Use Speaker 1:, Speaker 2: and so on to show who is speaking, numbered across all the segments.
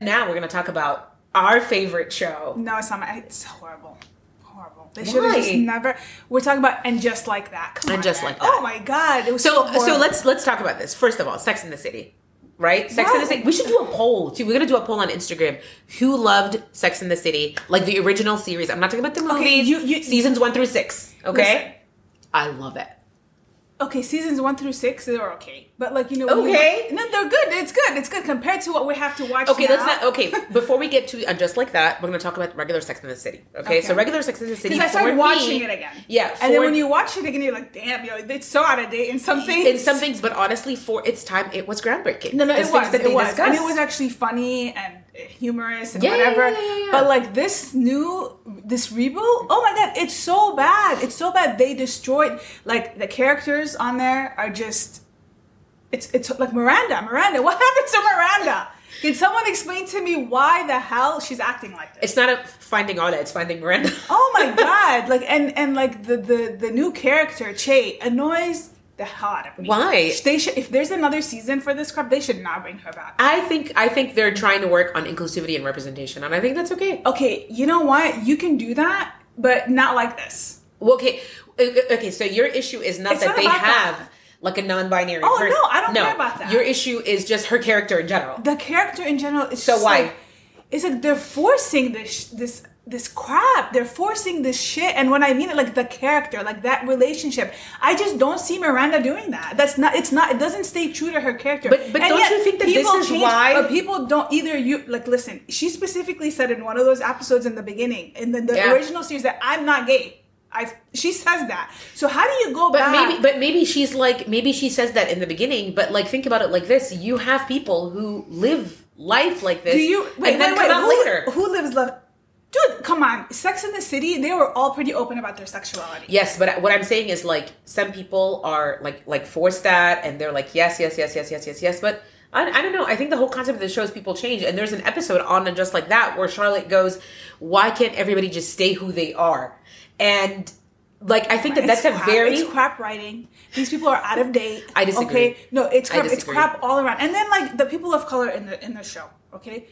Speaker 1: Now we're going to talk about our favorite show.
Speaker 2: No, it's not. My, it's horrible. Horrible. They should have just
Speaker 1: Why?
Speaker 2: never. We're talking about and just like that. Come
Speaker 1: And
Speaker 2: on.
Speaker 1: Just Like
Speaker 2: Oh
Speaker 1: That.
Speaker 2: my god. It was
Speaker 1: So so
Speaker 2: horrible.
Speaker 1: let's let's talk about this. First of all, Sex in the City. Right? Sex in the
Speaker 2: Wow.
Speaker 1: City. We should do a poll too. We're gonna do a poll on Instagram. Who loved Sex in the City? Like the original series. I'm not talking about the movies.
Speaker 2: you- you-
Speaker 1: seasons one through six. Okay?
Speaker 2: Listen.
Speaker 1: I love it.
Speaker 2: Okay, seasons one through six they're okay, but like you know, when you-
Speaker 1: Okay.
Speaker 2: no, they're good. It's good. It's good compared to what we have to watch.
Speaker 1: Okay,
Speaker 2: now.
Speaker 1: let's not okay. Before we get to uh, just like that, we're gonna talk about regular Sex in the City. Okay, so
Speaker 2: Okay.
Speaker 1: regular Sex in the City.
Speaker 2: Because
Speaker 1: for
Speaker 2: I started
Speaker 1: me-
Speaker 2: watching it again.
Speaker 1: Yeah,
Speaker 2: and then
Speaker 1: for-
Speaker 2: when you watch it again, you're like, damn, yo, it's so out of date in some things.
Speaker 1: in some things, but honestly, for its time, it was groundbreaking.
Speaker 2: No, no,
Speaker 1: The
Speaker 2: it
Speaker 1: things
Speaker 2: was.
Speaker 1: that
Speaker 2: It
Speaker 1: they
Speaker 2: was, and
Speaker 1: discussed.
Speaker 2: it was actually funny and humorous and
Speaker 1: Yeah, yeah,
Speaker 2: whatever.
Speaker 1: yeah, yeah, yeah.
Speaker 2: But like this new, this reboot, oh my god, it's so bad. It's so bad. They destroyed like the characters on there are just. It's it's like Miranda. Miranda, what happened to Miranda? Can someone explain to me why the hell she's acting like this?
Speaker 1: It's not a finding Ola, it's finding Miranda.
Speaker 2: oh my god! Like and and like the the the new character Che annoys the hell out of me.
Speaker 1: Why?
Speaker 2: They should if there's another season for this crap, they should not bring her back.
Speaker 1: I think I think they're trying to work on inclusivity and representation, and I think that's okay.
Speaker 2: okay, you know what? You can do that, but not like this.
Speaker 1: Well, okay, o- okay. So your issue is not
Speaker 2: It's
Speaker 1: that
Speaker 2: not
Speaker 1: they
Speaker 2: about
Speaker 1: have
Speaker 2: that.
Speaker 1: like a non-binary.
Speaker 2: Oh,
Speaker 1: person.
Speaker 2: no, I don't care about that.
Speaker 1: Your issue is just her character in general.
Speaker 2: The character in general is
Speaker 1: So
Speaker 2: just
Speaker 1: why?
Speaker 2: Like, it's like they're forcing this sh- this this crap. They're forcing this shit. And when I mean it, like the character, like that relationship, I just don't see Miranda doing that. That's not. It's not. It doesn't stay true to her character.
Speaker 1: But- but
Speaker 2: And
Speaker 1: don't
Speaker 2: yet,
Speaker 1: you think that this
Speaker 2: people
Speaker 1: is why-
Speaker 2: But people don't either. You like listen. She specifically said in one of those episodes in the beginning, in the, the
Speaker 1: Yeah.
Speaker 2: original series, that I'm not gay. I. She says that. So how do you go
Speaker 1: But
Speaker 2: back?
Speaker 1: maybe, but maybe she's like, maybe she says that in the beginning. But like, think about it like this: you have people who live life like this,
Speaker 2: Do you wait,
Speaker 1: and then
Speaker 2: wait,
Speaker 1: come
Speaker 2: wait,
Speaker 1: out
Speaker 2: who,
Speaker 1: later.
Speaker 2: Who lives love? Dude, come on. Sex in the City, they were all pretty open about their sexuality.
Speaker 1: Yes, but what I'm saying is like some people are like like forced that, and they're like yes, yes, yes, yes, yes, yes, yes. But I, I don't know. I think the whole concept of the show is people change, and there's an episode on and just like that where Charlotte goes, "Why can't everybody just stay who they are?" And like I think that
Speaker 2: It's
Speaker 1: that's a
Speaker 2: crap.
Speaker 1: very
Speaker 2: it's crap writing. These people are out of date.
Speaker 1: I disagree.
Speaker 2: Okay, no, it's
Speaker 1: I
Speaker 2: crap. It's
Speaker 1: disagree.
Speaker 2: crap all around. And then like the people of color in the in the show. Okay,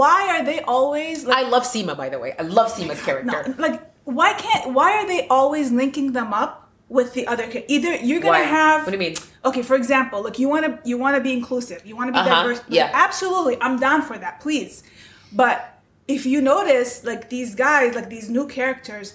Speaker 2: why are they always like
Speaker 1: I love Seema by the way. I love Seema's character.
Speaker 2: No, like why can't why are they always linking them up with the other kid? Either you're gonna
Speaker 1: Why?
Speaker 2: have
Speaker 1: What do you mean?
Speaker 2: Okay, for example, like you wanna you wanna be inclusive, you wanna be
Speaker 1: Uh-huh,
Speaker 2: diverse. Like,
Speaker 1: yeah.
Speaker 2: absolutely, I'm down for that, please. But if you notice, like these guys, like these new characters.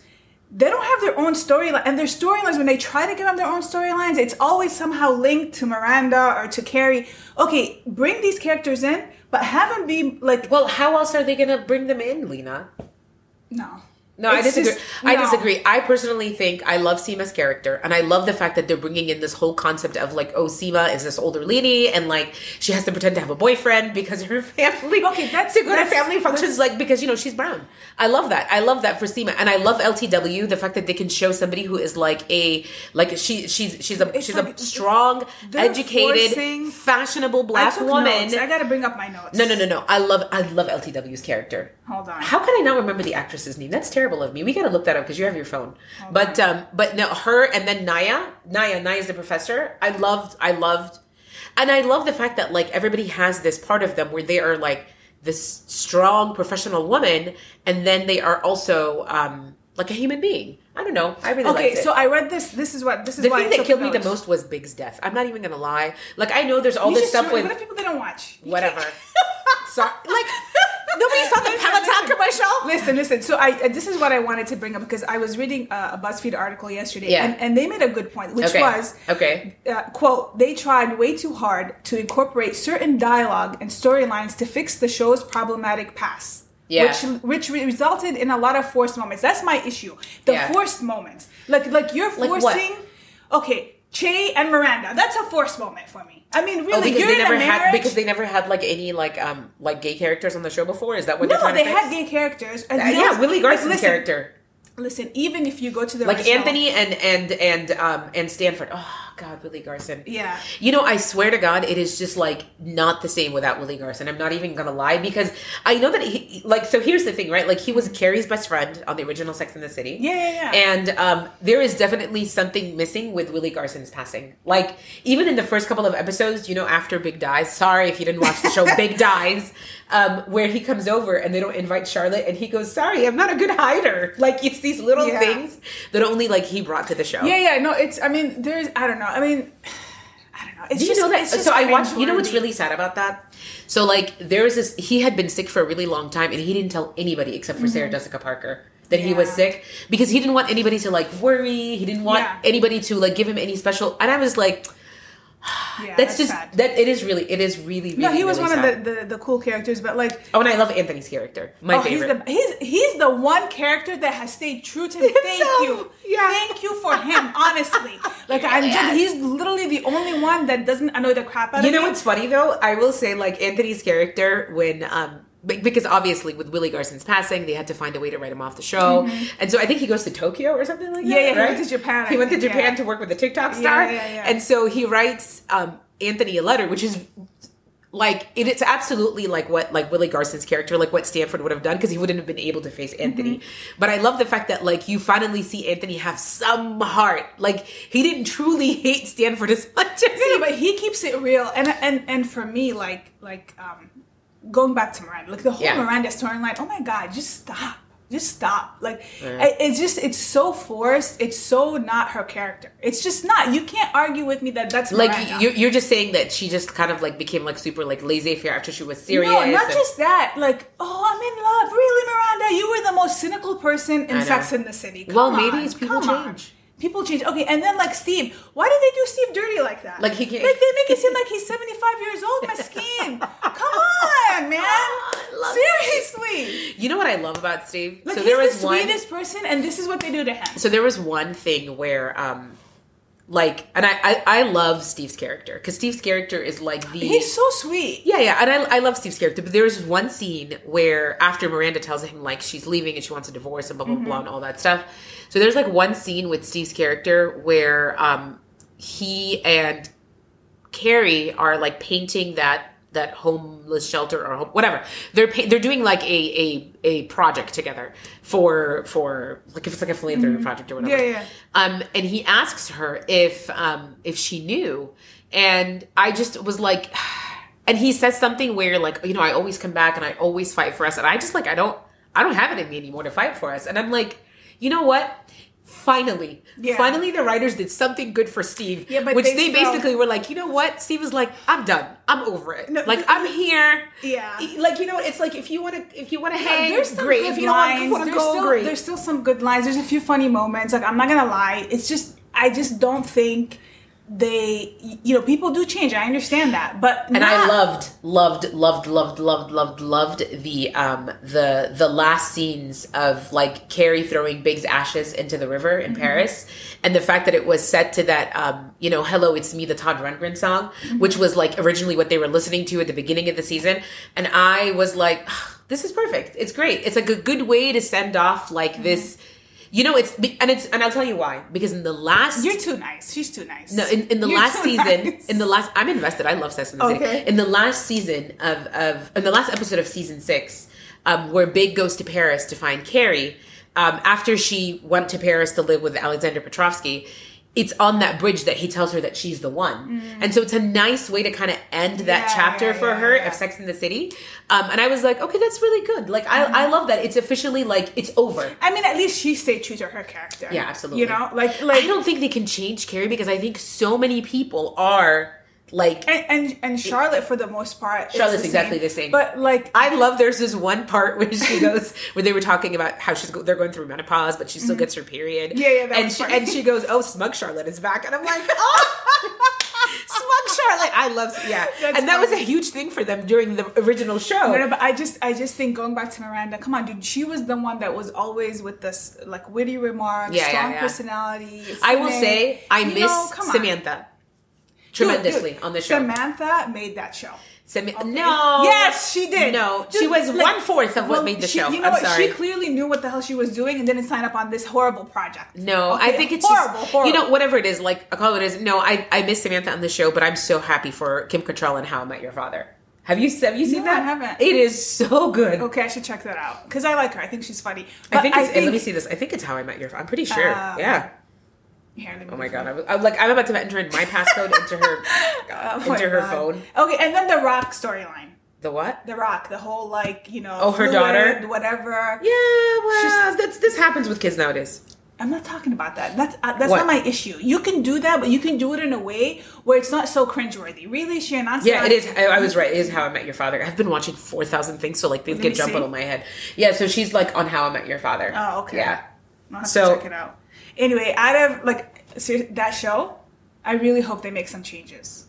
Speaker 2: They don't have their own storyline, and their storylines. When they try to give them their own storylines, it's always somehow linked to Miranda or to Carrie. Okay, bring these characters in, but have them be like
Speaker 1: Well, how else are they gonna bring them in, Lena?
Speaker 2: no.
Speaker 1: No, I
Speaker 2: It's
Speaker 1: disagree.
Speaker 2: just-
Speaker 1: I
Speaker 2: no.
Speaker 1: disagree. I personally think I love Seema's character, and I love the fact that they're bringing in this whole concept of like, oh, Seema is this older lady, and like she has to pretend to have a boyfriend because her family.
Speaker 2: Okay, that's-
Speaker 1: to go
Speaker 2: that's-
Speaker 1: to family functions like because you know she's brown. I love that. I love that for Seema, and I love LTW. The fact that they can show somebody who is like a like she she's she's a
Speaker 2: It's
Speaker 1: she's
Speaker 2: like-
Speaker 1: a strong,
Speaker 2: they're
Speaker 1: educated,
Speaker 2: forcing-
Speaker 1: fashionable black
Speaker 2: I took
Speaker 1: woman.
Speaker 2: notes. I gotta bring up my notes.
Speaker 1: No, no, no, no. I love I love LTW's character.
Speaker 2: Hold on.
Speaker 1: How can I not remember the actress's name? That's terrible of me. We gotta look that up because you have your phone. but um, but no, her and then Naya, Naya, Naya's the professor. I loved, I loved, and I love the fact that like everybody has this part of them where they are like this strong professional woman, and then they are also um like a human being. I don't know. I really
Speaker 2: Okay,
Speaker 1: liked it.
Speaker 2: so I read this. This is what this is
Speaker 1: the
Speaker 2: why I
Speaker 1: thing that
Speaker 2: took
Speaker 1: killed me the
Speaker 2: notes.
Speaker 1: most was Big's death. I'm not even gonna lie. Like I know there's all
Speaker 2: You
Speaker 1: this
Speaker 2: should
Speaker 1: stuff
Speaker 2: sue-
Speaker 1: with
Speaker 2: what if people didn't watch? You
Speaker 1: whatever.
Speaker 2: can't-
Speaker 1: Sorry, like nobody saw the
Speaker 2: Listen,
Speaker 1: Peloton
Speaker 2: listen.
Speaker 1: commercial.
Speaker 2: Listen, listen. So I uh, this is what I wanted to bring up because I was reading uh, a BuzzFeed article yesterday,
Speaker 1: Yeah.
Speaker 2: and, and they made a good point, which
Speaker 1: Okay.
Speaker 2: was
Speaker 1: Okay.
Speaker 2: Uh, quote: They tried way too hard to incorporate certain dialogue and storylines to fix the show's problematic past.
Speaker 1: Yeah.
Speaker 2: Which, which re- resulted in a lot of forced moments. That's my issue. The
Speaker 1: Yeah.
Speaker 2: forced moments, like like you're
Speaker 1: Like what?
Speaker 2: forcing. Okay, Che and Miranda. That's a forced moment for me. I mean, really,
Speaker 1: Oh, because
Speaker 2: you're
Speaker 1: they
Speaker 2: in
Speaker 1: never
Speaker 2: a marriage.
Speaker 1: had because they never had like any like um like gay characters on the show before. Is that what they're
Speaker 2: no,
Speaker 1: trying
Speaker 2: they
Speaker 1: to
Speaker 2: had
Speaker 1: fix?
Speaker 2: gay characters. And
Speaker 1: Uh, yeah,
Speaker 2: that's-
Speaker 1: Willie
Speaker 2: like,
Speaker 1: Garson's
Speaker 2: listen,
Speaker 1: character,
Speaker 2: Listen, even if you go to the
Speaker 1: like
Speaker 2: original-
Speaker 1: Anthony and and and um and Stanford. Oh God, Willie Garson.
Speaker 2: Yeah.
Speaker 1: You know, I swear to God, it is just like not the same without Willie Garson. I'm not even gonna lie because I know that he like. So here's the thing, right? Like he was Carrie's best friend on the original Sex in the City.
Speaker 2: Yeah, yeah, yeah.
Speaker 1: And um, there is definitely something missing with Willie Garson's passing. Like even in the first couple of episodes, you know, after Big dies. Sorry if you didn't watch the show. Big dies. Um, where he comes over and they don't invite Charlotte, and he goes, "Sorry, I'm not a good hider." Like it's these little
Speaker 2: Yeah.
Speaker 1: things that only like he brought to the show.
Speaker 2: Yeah, yeah, no, it's. I mean, there's. I don't know. I mean, I don't know. It's
Speaker 1: Did
Speaker 2: just,
Speaker 1: you know that?
Speaker 2: it's just
Speaker 1: So I watched. You know what's
Speaker 2: cringeworthy.
Speaker 1: really sad about that? So like there was this. He had been sick for a really long time, and he didn't tell anybody except for Sarah Jessica Parker that he was
Speaker 2: Mm-hmm. Yeah.
Speaker 1: sick because he didn't want anybody to like worry. He didn't want
Speaker 2: Yeah.
Speaker 1: anybody to like give him any special. And I was like,
Speaker 2: Yeah,
Speaker 1: that's, just
Speaker 2: sad.
Speaker 1: that. It is really. It is really. really
Speaker 2: no, he was
Speaker 1: really
Speaker 2: one
Speaker 1: sad.
Speaker 2: of the, the the cool characters, but like.
Speaker 1: Oh, and I love Anthony's character. My
Speaker 2: Oh, he's
Speaker 1: favorite.
Speaker 2: the he's he's the one character that has stayed true to him.
Speaker 1: Himself.
Speaker 2: Thank you,
Speaker 1: Yeah.
Speaker 2: thank you for him. Honestly, like I'm
Speaker 1: Yes.
Speaker 2: just, he's literally the only one that doesn't annoy the crap out
Speaker 1: you
Speaker 2: of
Speaker 1: know
Speaker 2: me.
Speaker 1: what's funny though? I will say like Anthony's character when um be- because obviously with Willie Garson's passing, they had to find a way to write him off the show, and so I think he goes to Tokyo or something like
Speaker 2: Mm-hmm. Yeah,
Speaker 1: that.
Speaker 2: yeah, he
Speaker 1: right?
Speaker 2: went to Japan, I
Speaker 1: He went to
Speaker 2: think,
Speaker 1: Japan
Speaker 2: yeah.
Speaker 1: to work with the TikTok star,
Speaker 2: yeah, yeah.
Speaker 1: and so he writes um, Anthony a letter, which is like it is absolutely like what like Willie Garson's character, like what Stanford would have done because he wouldn't have been able to face Anthony.
Speaker 2: Mm-hmm.
Speaker 1: But I love the fact that like you finally see Anthony have some heart. Like he didn't truly hate Stanford as much as
Speaker 2: No,
Speaker 1: he
Speaker 2: no, but he keeps it real, and and and for me, like like um, going back to Miranda, like the whole
Speaker 1: Yeah.
Speaker 2: Miranda storyline. Oh my God, just stop, just stop. Like
Speaker 1: Yeah.
Speaker 2: it- it's just it's so forced. It's so not her character. It's just not. You can't argue with me that that's Miranda.
Speaker 1: like you're, you're just saying that she just kind of like became like super like laissez-faire after she was serious
Speaker 2: No, not
Speaker 1: and-
Speaker 2: just that. Like, oh, I'm in love. Really, Miranda, you were the most cynical person
Speaker 1: I
Speaker 2: in
Speaker 1: know.
Speaker 2: Sex in the City. Come
Speaker 1: Well,
Speaker 2: on,
Speaker 1: maybe it's people
Speaker 2: come on.
Speaker 1: change.
Speaker 2: People change. Okay, and then like Steve, why did they do Steve dirty like that?
Speaker 1: Like, he can't-
Speaker 2: Like they make it seem like he's 75 years old, mesquine. come on, man.
Speaker 1: Oh, I love
Speaker 2: Seriously.
Speaker 1: you know what i love about steve
Speaker 2: Like
Speaker 1: so
Speaker 2: he's
Speaker 1: there was
Speaker 2: the
Speaker 1: one
Speaker 2: sweetest person, and this is what they do to him.
Speaker 1: so there was one thing where um like and i i, I love steve's character because steve's character is like the
Speaker 2: He's so sweet.
Speaker 1: yeah, yeah, and I, I love Steve's character, but there was one scene where after Miranda tells him like she's leaving and she wants a divorce and blah blah
Speaker 2: Mm-hmm.
Speaker 1: blah and all that stuff. So there's like one scene with Steve's character where um he and Carrie are like painting that that homeless shelter or home, whatever. They're pa- they're doing like a a a project together for for like if it's like a philanthropy project or whatever.
Speaker 2: Mm-hmm. Yeah, yeah.
Speaker 1: Um, and he asks her if um if she knew, and I just was like, and he says something where like you know I always come back and I always fight for us, and I just like I don't I don't have it in me anymore to fight for us, and I'm like, you know what? Finally,
Speaker 2: Yeah.
Speaker 1: finally, the writers did something good for Steve,
Speaker 2: Yeah, but
Speaker 1: which
Speaker 2: they
Speaker 1: they
Speaker 2: still-
Speaker 1: basically we were like, you know what? Steve was like, I'm done. I'm over it.
Speaker 2: No,
Speaker 1: like
Speaker 2: th-
Speaker 1: I'm here.
Speaker 2: Yeah.
Speaker 1: E- Like you know, it's like if you want to, if you want to
Speaker 2: Yeah,
Speaker 1: hang,
Speaker 2: there's some
Speaker 1: great.
Speaker 2: good
Speaker 1: If you
Speaker 2: lines.
Speaker 1: don't want to
Speaker 2: there's,
Speaker 1: go,
Speaker 2: still,
Speaker 1: great.
Speaker 2: there's still some good lines. There's a few funny moments. Like I'm not gonna lie, it's just I just don't think they. You know, people do change. I understand that, but
Speaker 1: and I loved, loved, loved, loved, loved, loved, loved the um the the last scenes of like Carrie throwing Big's ashes into the river in Paris, and the fact that it was set to that um you know Hello It's Me the Todd Rundgren song, which was like originally what they were listening to at the beginning of the season, and I was like, this is perfect. It's great. It's like a good way to send off like this. You know, it's be- and it's and I'll tell you why because in the last
Speaker 2: You're too nice. She's too nice.
Speaker 1: no, in, in the
Speaker 2: You're
Speaker 1: last
Speaker 2: too
Speaker 1: season,
Speaker 2: nice.
Speaker 1: in the last, I'm invested. I love Sex and the
Speaker 2: Okay.
Speaker 1: City. In the last season of of in the last episode of season six, um, where Big goes to Paris to find Carrie, um, after she went to Paris to live with Alexander Petrovsky. It's on that bridge that he tells her that she's the one, and so it's a nice way to kind of end that
Speaker 2: Mm. Yeah,
Speaker 1: chapter
Speaker 2: yeah,
Speaker 1: for
Speaker 2: yeah,
Speaker 1: her
Speaker 2: yeah.
Speaker 1: of Sex in the City. Um, and I was like, okay, that's really good. Like
Speaker 2: Mm-hmm.
Speaker 1: I, I love that. It's officially like it's over.
Speaker 2: I mean, at least she stayed true to her character.
Speaker 1: Yeah, absolutely.
Speaker 2: You know, like like
Speaker 1: I don't think they can change Carrie because I think so many people are like
Speaker 2: and, and and Charlotte for the most part. it's
Speaker 1: Charlotte's exactly the same.
Speaker 2: But like
Speaker 1: I love there's this one part where she goes where they were talking about how she's go, they're going through menopause, but she still gets her period.
Speaker 2: Mm-hmm. Yeah, yeah, that
Speaker 1: and
Speaker 2: was
Speaker 1: she,
Speaker 2: funny.
Speaker 1: and she goes, "Oh, smug Charlotte is back," and I'm like, "Oh, smug Charlotte!" I love yeah,
Speaker 2: That's
Speaker 1: and that was a
Speaker 2: funny.
Speaker 1: huge thing for them during the original show.
Speaker 2: No, no, but I just, I just think going back to Miranda, come on, dude, she was the one that was always with this like witty remarks,
Speaker 1: Yeah, yeah,
Speaker 2: strong
Speaker 1: yeah.
Speaker 2: personality.
Speaker 1: I will
Speaker 2: cynic.
Speaker 1: say I
Speaker 2: You
Speaker 1: miss
Speaker 2: know, come on.
Speaker 1: Samantha
Speaker 2: Dude,
Speaker 1: tremendously
Speaker 2: dude,
Speaker 1: on the show.
Speaker 2: Samantha made that show.
Speaker 1: Send me. No.
Speaker 2: Yes, she did.
Speaker 1: No,
Speaker 2: Dude,
Speaker 1: she was
Speaker 2: like-
Speaker 1: one fourth of what
Speaker 2: well,
Speaker 1: made the
Speaker 2: she-
Speaker 1: show.
Speaker 2: You know
Speaker 1: I'm
Speaker 2: what?
Speaker 1: sorry.
Speaker 2: She clearly knew what the hell she was doing and didn't sign up on this horrible project.
Speaker 1: no, I
Speaker 2: Okay,
Speaker 1: think it's
Speaker 2: horrible,
Speaker 1: just,
Speaker 2: horrible.
Speaker 1: you know, whatever it is, like I call it is. No, I I miss Samantha on the show, but I'm so happy for Kim Cattrall and How I Met Your Father. Have you have you seen
Speaker 2: No, I
Speaker 1: that?
Speaker 2: haven't.
Speaker 1: It is so good.
Speaker 2: Okay, I should check that out because I like her. I think she's funny.
Speaker 1: I
Speaker 2: But
Speaker 1: think, it's, let me see this. I think it's How I Met Your. I'm pretty sure.
Speaker 2: Um,
Speaker 1: yeah.
Speaker 2: Here, let me
Speaker 1: Oh my
Speaker 2: look
Speaker 1: god! I was, I'm like I'm about to enter in my passcode into her
Speaker 2: Oh my
Speaker 1: into her
Speaker 2: God.
Speaker 1: phone.
Speaker 2: Okay, and then the Rock storyline.
Speaker 1: The what?
Speaker 2: The Rock, the whole like you know.
Speaker 1: Oh, her daughter?
Speaker 2: Whatever.
Speaker 1: Yeah, well,
Speaker 2: She's-
Speaker 1: that's this happens with kids nowadays.
Speaker 2: I'm not talking about that. That's uh, that's
Speaker 1: What?
Speaker 2: not my issue. You can do that, but you can do it in a way where it's not so cringeworthy. Really, Sharon? Osbourne-
Speaker 1: Yeah, it is. I, I was right. It is How I Met Your Father. I've been watching four thousand things, so like things
Speaker 2: Let
Speaker 1: get
Speaker 2: me
Speaker 1: jump
Speaker 2: see.
Speaker 1: out of my head. Yeah, so she's like on How I Met Your Father.
Speaker 2: Oh, okay.
Speaker 1: Yeah,
Speaker 2: I'll have
Speaker 1: So-
Speaker 2: to check it out. Anyway, out of like ser- that show, I really hope they make some changes.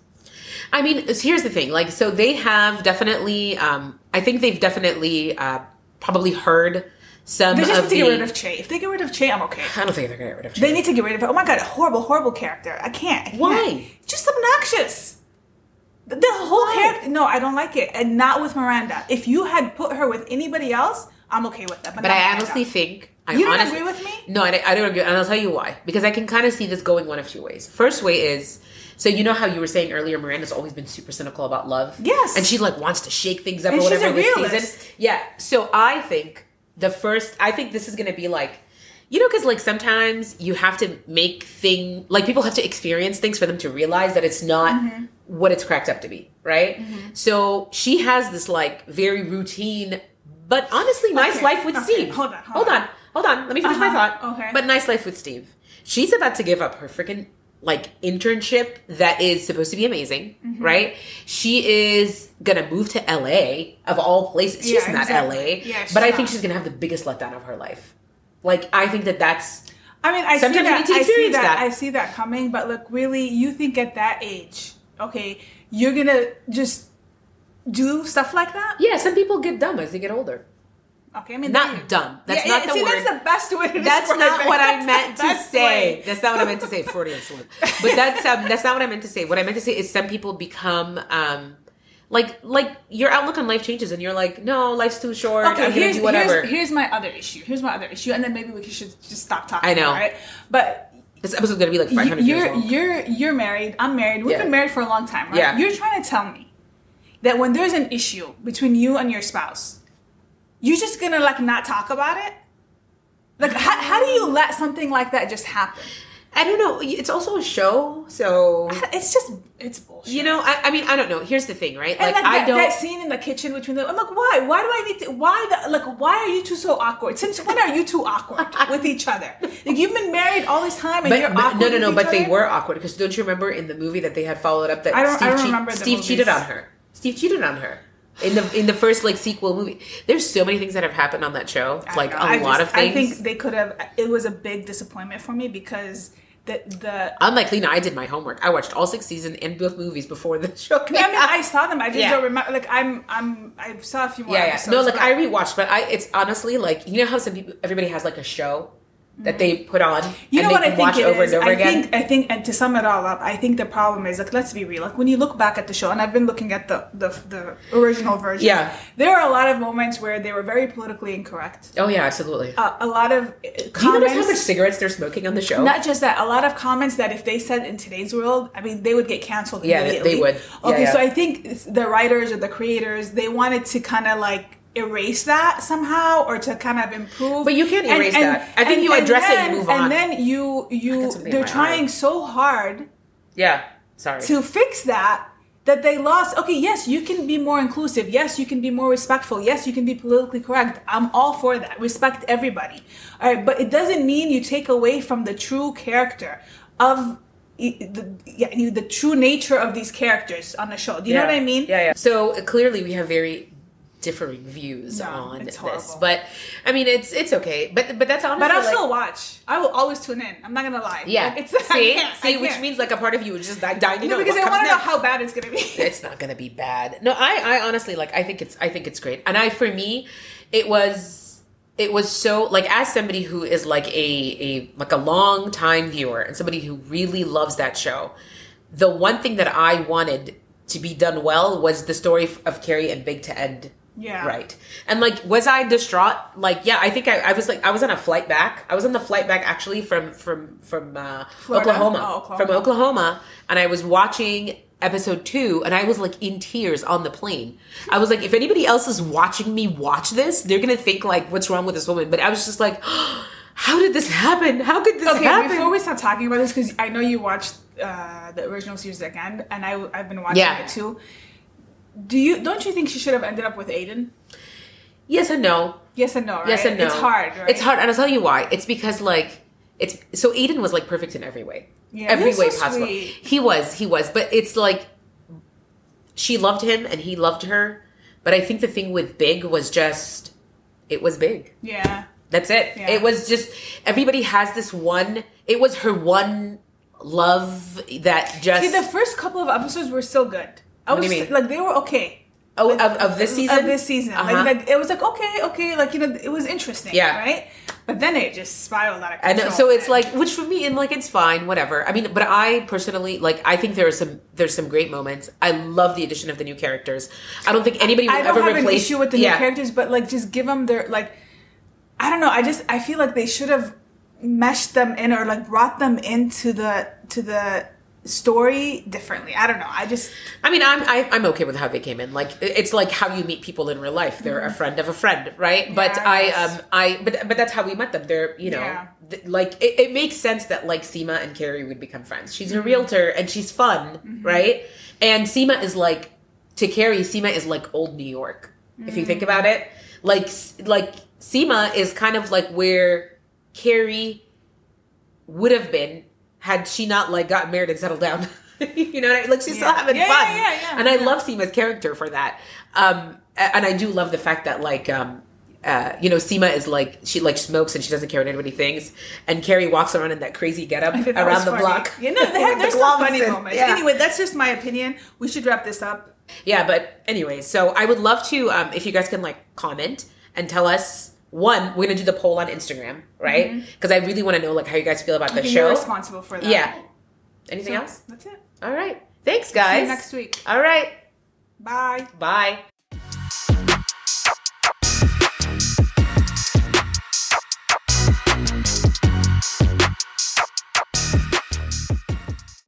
Speaker 1: I mean, s- here's the thing. Like, so they have definitely. Um, I think they've definitely uh, probably heard some
Speaker 2: They just
Speaker 1: of
Speaker 2: need to
Speaker 1: the.
Speaker 2: get rid of Che. If they get rid of Che, I'm okay.
Speaker 1: I don't think they're gonna get rid of.
Speaker 2: They
Speaker 1: Chandler.
Speaker 2: need to get rid of her. Oh my god, a horrible, horrible character. I can't. I can't.
Speaker 1: Why?
Speaker 2: Just obnoxious. The the whole character. No, I don't like it, and not with Miranda. If you had put her with anybody else, I'm okay with that.
Speaker 1: But
Speaker 2: not
Speaker 1: I
Speaker 2: Miranda.
Speaker 1: honestly think I
Speaker 2: You don't
Speaker 1: honestly-
Speaker 2: agree with me?
Speaker 1: No, I, I don't agree, and I'll tell you why. Because I can kind of see this going one of two ways. First way is so you know how you were saying earlier, Miranda's always been super cynical about love.
Speaker 2: Yes.
Speaker 1: and she like wants to shake things up
Speaker 2: And
Speaker 1: or
Speaker 2: she's
Speaker 1: whatever
Speaker 2: a
Speaker 1: this
Speaker 2: realist.
Speaker 1: season. Yeah. So I think the first, I think this is going to be like. You know, because like sometimes you have to make thing like people have to experience things for them to realize that it's not
Speaker 2: Mm-hmm.
Speaker 1: what it's cracked up to be, right? So she has this like very routine, but honestly nice
Speaker 2: Okay,
Speaker 1: life with
Speaker 2: okay,
Speaker 1: Steve.
Speaker 2: hold on,
Speaker 1: hold
Speaker 2: hold
Speaker 1: on,
Speaker 2: on.
Speaker 1: hold on. Let me finish my
Speaker 2: Uh-huh,
Speaker 1: thought.
Speaker 2: okay.
Speaker 1: But nice life with Steve. She's about to give up her freaking like internship that is supposed to be amazing,
Speaker 2: Mm-hmm.
Speaker 1: right? She is gonna move to LA of all places. She's
Speaker 2: Yeah,
Speaker 1: not
Speaker 2: exactly.
Speaker 1: LA,
Speaker 2: Yeah, she's
Speaker 1: but I think
Speaker 2: not.
Speaker 1: she's gonna have the biggest letdown of her life. Like I think that that's
Speaker 2: I mean, I
Speaker 1: Sometimes you
Speaker 2: see that.
Speaker 1: need to
Speaker 2: I see
Speaker 1: experience
Speaker 2: that,
Speaker 1: that.
Speaker 2: I see that coming. But look, really, you think at that age, okay, you're gonna just do stuff like that?
Speaker 1: yeah. Some people get dumb as they get older.
Speaker 2: Okay, I mean,
Speaker 1: Not dumb. That's
Speaker 2: Yeah,
Speaker 1: not
Speaker 2: yeah,
Speaker 1: the
Speaker 2: see,
Speaker 1: word.
Speaker 2: That's the best way. To
Speaker 1: That's
Speaker 2: describe
Speaker 1: not
Speaker 2: it.
Speaker 1: what I
Speaker 2: That's
Speaker 1: meant
Speaker 2: the
Speaker 1: to
Speaker 2: best
Speaker 1: say.
Speaker 2: way.
Speaker 1: That's not what I meant to say. Freudian slip. But that's um, that's not what I meant to say. What I meant to say is some people become um, like like your outlook on life changes, and you're like, no, life's too short. I'm gonna do whatever.
Speaker 2: Here's, here's my other issue. Here's my other issue, and then maybe we should just stop talking.
Speaker 1: I know.
Speaker 2: About it. But
Speaker 1: this episode's gonna be like 500 years
Speaker 2: you're
Speaker 1: long.
Speaker 2: you're you're married. I'm married. We've
Speaker 1: Yeah.
Speaker 2: been married for a long time, right?
Speaker 1: Yeah.
Speaker 2: You're trying to tell me that when there's an issue between you and your spouse, you're just gonna like not talk about it. Like, how, how do you let something like that just happen?
Speaker 1: I don't know. It's also a show, so
Speaker 2: It's just it's bullshit.
Speaker 1: you know. I, I mean, I don't know. Here's the thing, right?
Speaker 2: And
Speaker 1: Like
Speaker 2: like,
Speaker 1: I
Speaker 2: that,
Speaker 1: don't.
Speaker 2: that scene in the kitchen between them, I'm like, why? Why do I need to? Why the like? Why are you two so awkward? Since when are you two awkward with each other? Like you've been married all this time, and
Speaker 1: But,
Speaker 2: you're
Speaker 1: but-
Speaker 2: awkward.
Speaker 1: no, no, no.
Speaker 2: with
Speaker 1: But
Speaker 2: each
Speaker 1: they
Speaker 2: other?
Speaker 1: were awkward because don't you remember in the movie that they had followed up that
Speaker 2: I don't- I
Speaker 1: Steve,
Speaker 2: don't
Speaker 1: cheat-
Speaker 2: remember the
Speaker 1: Steve cheated on
Speaker 2: movies.
Speaker 1: her. Steve cheated on her in the in the first like sequel movie. There's so many things that have happened on that show,
Speaker 2: I
Speaker 1: like
Speaker 2: know.
Speaker 1: a
Speaker 2: I
Speaker 1: lot
Speaker 2: just-
Speaker 1: of things.
Speaker 2: I think they could have. It was a big disappointment for me because the the.
Speaker 1: I'm like Lena. I did my homework. I watched all six seasons and both movies before the show came
Speaker 2: I mean,
Speaker 1: out.
Speaker 2: I saw them. I just
Speaker 1: Yeah.
Speaker 2: don't remember. Like I'm, I'm, I saw a few more.
Speaker 1: yeah, yeah.
Speaker 2: episodes,
Speaker 1: No, like
Speaker 2: but-
Speaker 1: I rewatched, but I it's honestly like you know how some people everybody has like a show that they put on
Speaker 2: Mm-hmm. You
Speaker 1: and
Speaker 2: know
Speaker 1: they
Speaker 2: what I
Speaker 1: can
Speaker 2: think
Speaker 1: watch
Speaker 2: it
Speaker 1: over
Speaker 2: is?
Speaker 1: and over
Speaker 2: I
Speaker 1: again.
Speaker 2: think I think and to sum it all up, I think the problem is like let's be real. Like when you look back at the show, and I've been looking at the the, the original version.
Speaker 1: Yeah.
Speaker 2: there are a lot of moments where they were very politically incorrect.
Speaker 1: oh yeah, absolutely.
Speaker 2: Uh, a lot of uh,
Speaker 1: Do you notice how much
Speaker 2: comments.
Speaker 1: cigarettes they're smoking on the show?
Speaker 2: Not just that, a lot of comments that if they said in today's world, I mean, they would get canceled.
Speaker 1: Yeah, they-
Speaker 2: immediately.
Speaker 1: they would. Yeah,
Speaker 2: Okay,
Speaker 1: yeah.
Speaker 2: so I think it's the writers or the creators they wanted to kind of like erase that somehow or to kind of improve.
Speaker 1: But you can't
Speaker 2: And-
Speaker 1: erase
Speaker 2: and-
Speaker 1: that. I think you address it and
Speaker 2: then-
Speaker 1: move on.
Speaker 2: And then you you
Speaker 1: something in
Speaker 2: they're
Speaker 1: my eye.
Speaker 2: trying so hard
Speaker 1: yeah, sorry.
Speaker 2: to fix that that they lost. Okay, yes, you can be more inclusive. Yes, you can be more respectful. Yes, you can be politically correct. I'm all for that. Respect everybody. All right, but it doesn't mean you take away from the true character of i- the, yeah, you- the true nature of these characters on the show. Do you know what I mean?
Speaker 1: Yeah, yeah. So uh, clearly, we have very differing views
Speaker 2: No,
Speaker 1: on
Speaker 2: it's
Speaker 1: this,
Speaker 2: horrible.
Speaker 1: but I mean, it's it's okay. But but that's honestly,
Speaker 2: But I'll
Speaker 1: like-
Speaker 2: still watch. I will always tune in. I'm not gonna lie.
Speaker 1: yeah.
Speaker 2: Like, it's
Speaker 1: see,
Speaker 2: I can't,
Speaker 1: see,
Speaker 2: I
Speaker 1: which
Speaker 2: can't.
Speaker 1: means like a part of you is just like dying. You
Speaker 2: no,
Speaker 1: know,
Speaker 2: because
Speaker 1: what
Speaker 2: I
Speaker 1: comes
Speaker 2: want to know
Speaker 1: next.
Speaker 2: how bad it's gonna be.
Speaker 1: it's not gonna be bad. No, I, I honestly like I think it's I think it's great. And I for me, it was it was so like as somebody who is like a a like a long time viewer and somebody who really loves that show, the one thing that I wanted to be done well was the story of Carrie and Big to end
Speaker 2: Yeah.
Speaker 1: right. And like, was I distraught? Like, yeah, I think I, I was like, I was on a flight back. I was on the flight back actually from from from uh,
Speaker 2: Florida?
Speaker 1: Oklahoma,
Speaker 2: Oh, Oklahoma.
Speaker 1: from Oklahoma, and I was watching episode two, and I was like in tears on the plane. I was like, if anybody else is watching me watch this, they're gonna think like, what's wrong with this woman? But I was just like. How did this happen? How could this
Speaker 2: Okay,
Speaker 1: happen?
Speaker 2: before we start talking about this, because I know you watched uh, the original series again, and I, I've been watching
Speaker 1: Yeah.
Speaker 2: it too. Do you don't you think she should have ended up with Aiden?
Speaker 1: yes and no.
Speaker 2: Yes and no. Right?
Speaker 1: Yes and no.
Speaker 2: It's hard. Right?
Speaker 1: It's hard, and I'll tell you why. It's because like it's so Aiden was like perfect in every way,
Speaker 2: Yeah,
Speaker 1: every
Speaker 2: he was
Speaker 1: way
Speaker 2: so
Speaker 1: possible.
Speaker 2: sweet.
Speaker 1: He was, he was, but it's like she loved him and he loved her. But I think the thing with Big was just it was big.
Speaker 2: Yeah.
Speaker 1: That's it.
Speaker 2: Yeah.
Speaker 1: It was just everybody has this one. It was her one love that just
Speaker 2: See, the first couple of episodes were still good. I
Speaker 1: What do
Speaker 2: was
Speaker 1: you mean?
Speaker 2: like they were okay.
Speaker 1: oh, of, of this season.
Speaker 2: Of this season, Like,
Speaker 1: Uh-huh.
Speaker 2: like, it was like okay, okay, like you know, it was interesting.
Speaker 1: Yeah.
Speaker 2: Right. But then it just spiraled out of
Speaker 1: I
Speaker 2: control.
Speaker 1: know. So it's like, which for me, and like, it's fine, whatever. I mean, but I personally, like, I think there are some, there's some great moments. I love the addition of the new characters. I don't think anybody will
Speaker 2: I don't
Speaker 1: ever
Speaker 2: have an
Speaker 1: replace
Speaker 2: issue with the
Speaker 1: yeah.
Speaker 2: new characters, but like just give them their like. I don't know. I just I feel like they should have meshed them in or like brought them into the to the story differently. I don't know. I just
Speaker 1: I mean, I'm I, I'm okay with how they came in. Like, it's like how you meet people in real life. They're a friend of a friend, right? But I
Speaker 2: Mm-hmm. Yes.
Speaker 1: um I but but that's how we met them. They're you know
Speaker 2: Yeah.
Speaker 1: th- like it, it makes sense that like Seema and Carrie would become friends. She's
Speaker 2: Mm-hmm.
Speaker 1: a realtor and she's fun, right? And Seema is like to Carrie, Seema is like old New York. If you
Speaker 2: Mm-hmm.
Speaker 1: think about it, like s- like Seema is kind of like where Carrie would have been had she not like gotten married and settled down. you know what I mean? Like she's still
Speaker 2: Yeah.
Speaker 1: having
Speaker 2: Yeah,
Speaker 1: fun.
Speaker 2: yeah, yeah, yeah.
Speaker 1: And I love Seema's character for that. Um a- and I do love the fact that like um uh, you know, Seema is like she like smokes and she doesn't care what anybody thinks. And Carrie walks around in that crazy getup
Speaker 2: I think that was
Speaker 1: around the
Speaker 2: funny.
Speaker 1: block.
Speaker 2: You know,
Speaker 1: with
Speaker 2: they have,
Speaker 1: the
Speaker 2: there's some
Speaker 1: gloves
Speaker 2: funny
Speaker 1: and-
Speaker 2: moments.
Speaker 1: yeah.
Speaker 2: Anyway, that's just my opinion. We should wrap this up.
Speaker 1: Yeah, but anyway, so I would love to um, if you guys can like comment and tell us. One, we're gonna do the poll on Instagram, right?
Speaker 2: Mm-hmm.
Speaker 1: Because I really want to know like how you guys feel about the
Speaker 2: You're
Speaker 1: show.
Speaker 2: responsible for that.
Speaker 1: Yeah. Anything
Speaker 2: So,
Speaker 1: else?
Speaker 2: That's it.
Speaker 1: All right. Thanks, guys.
Speaker 2: See you next week.
Speaker 1: All right.
Speaker 2: Bye.
Speaker 1: Bye.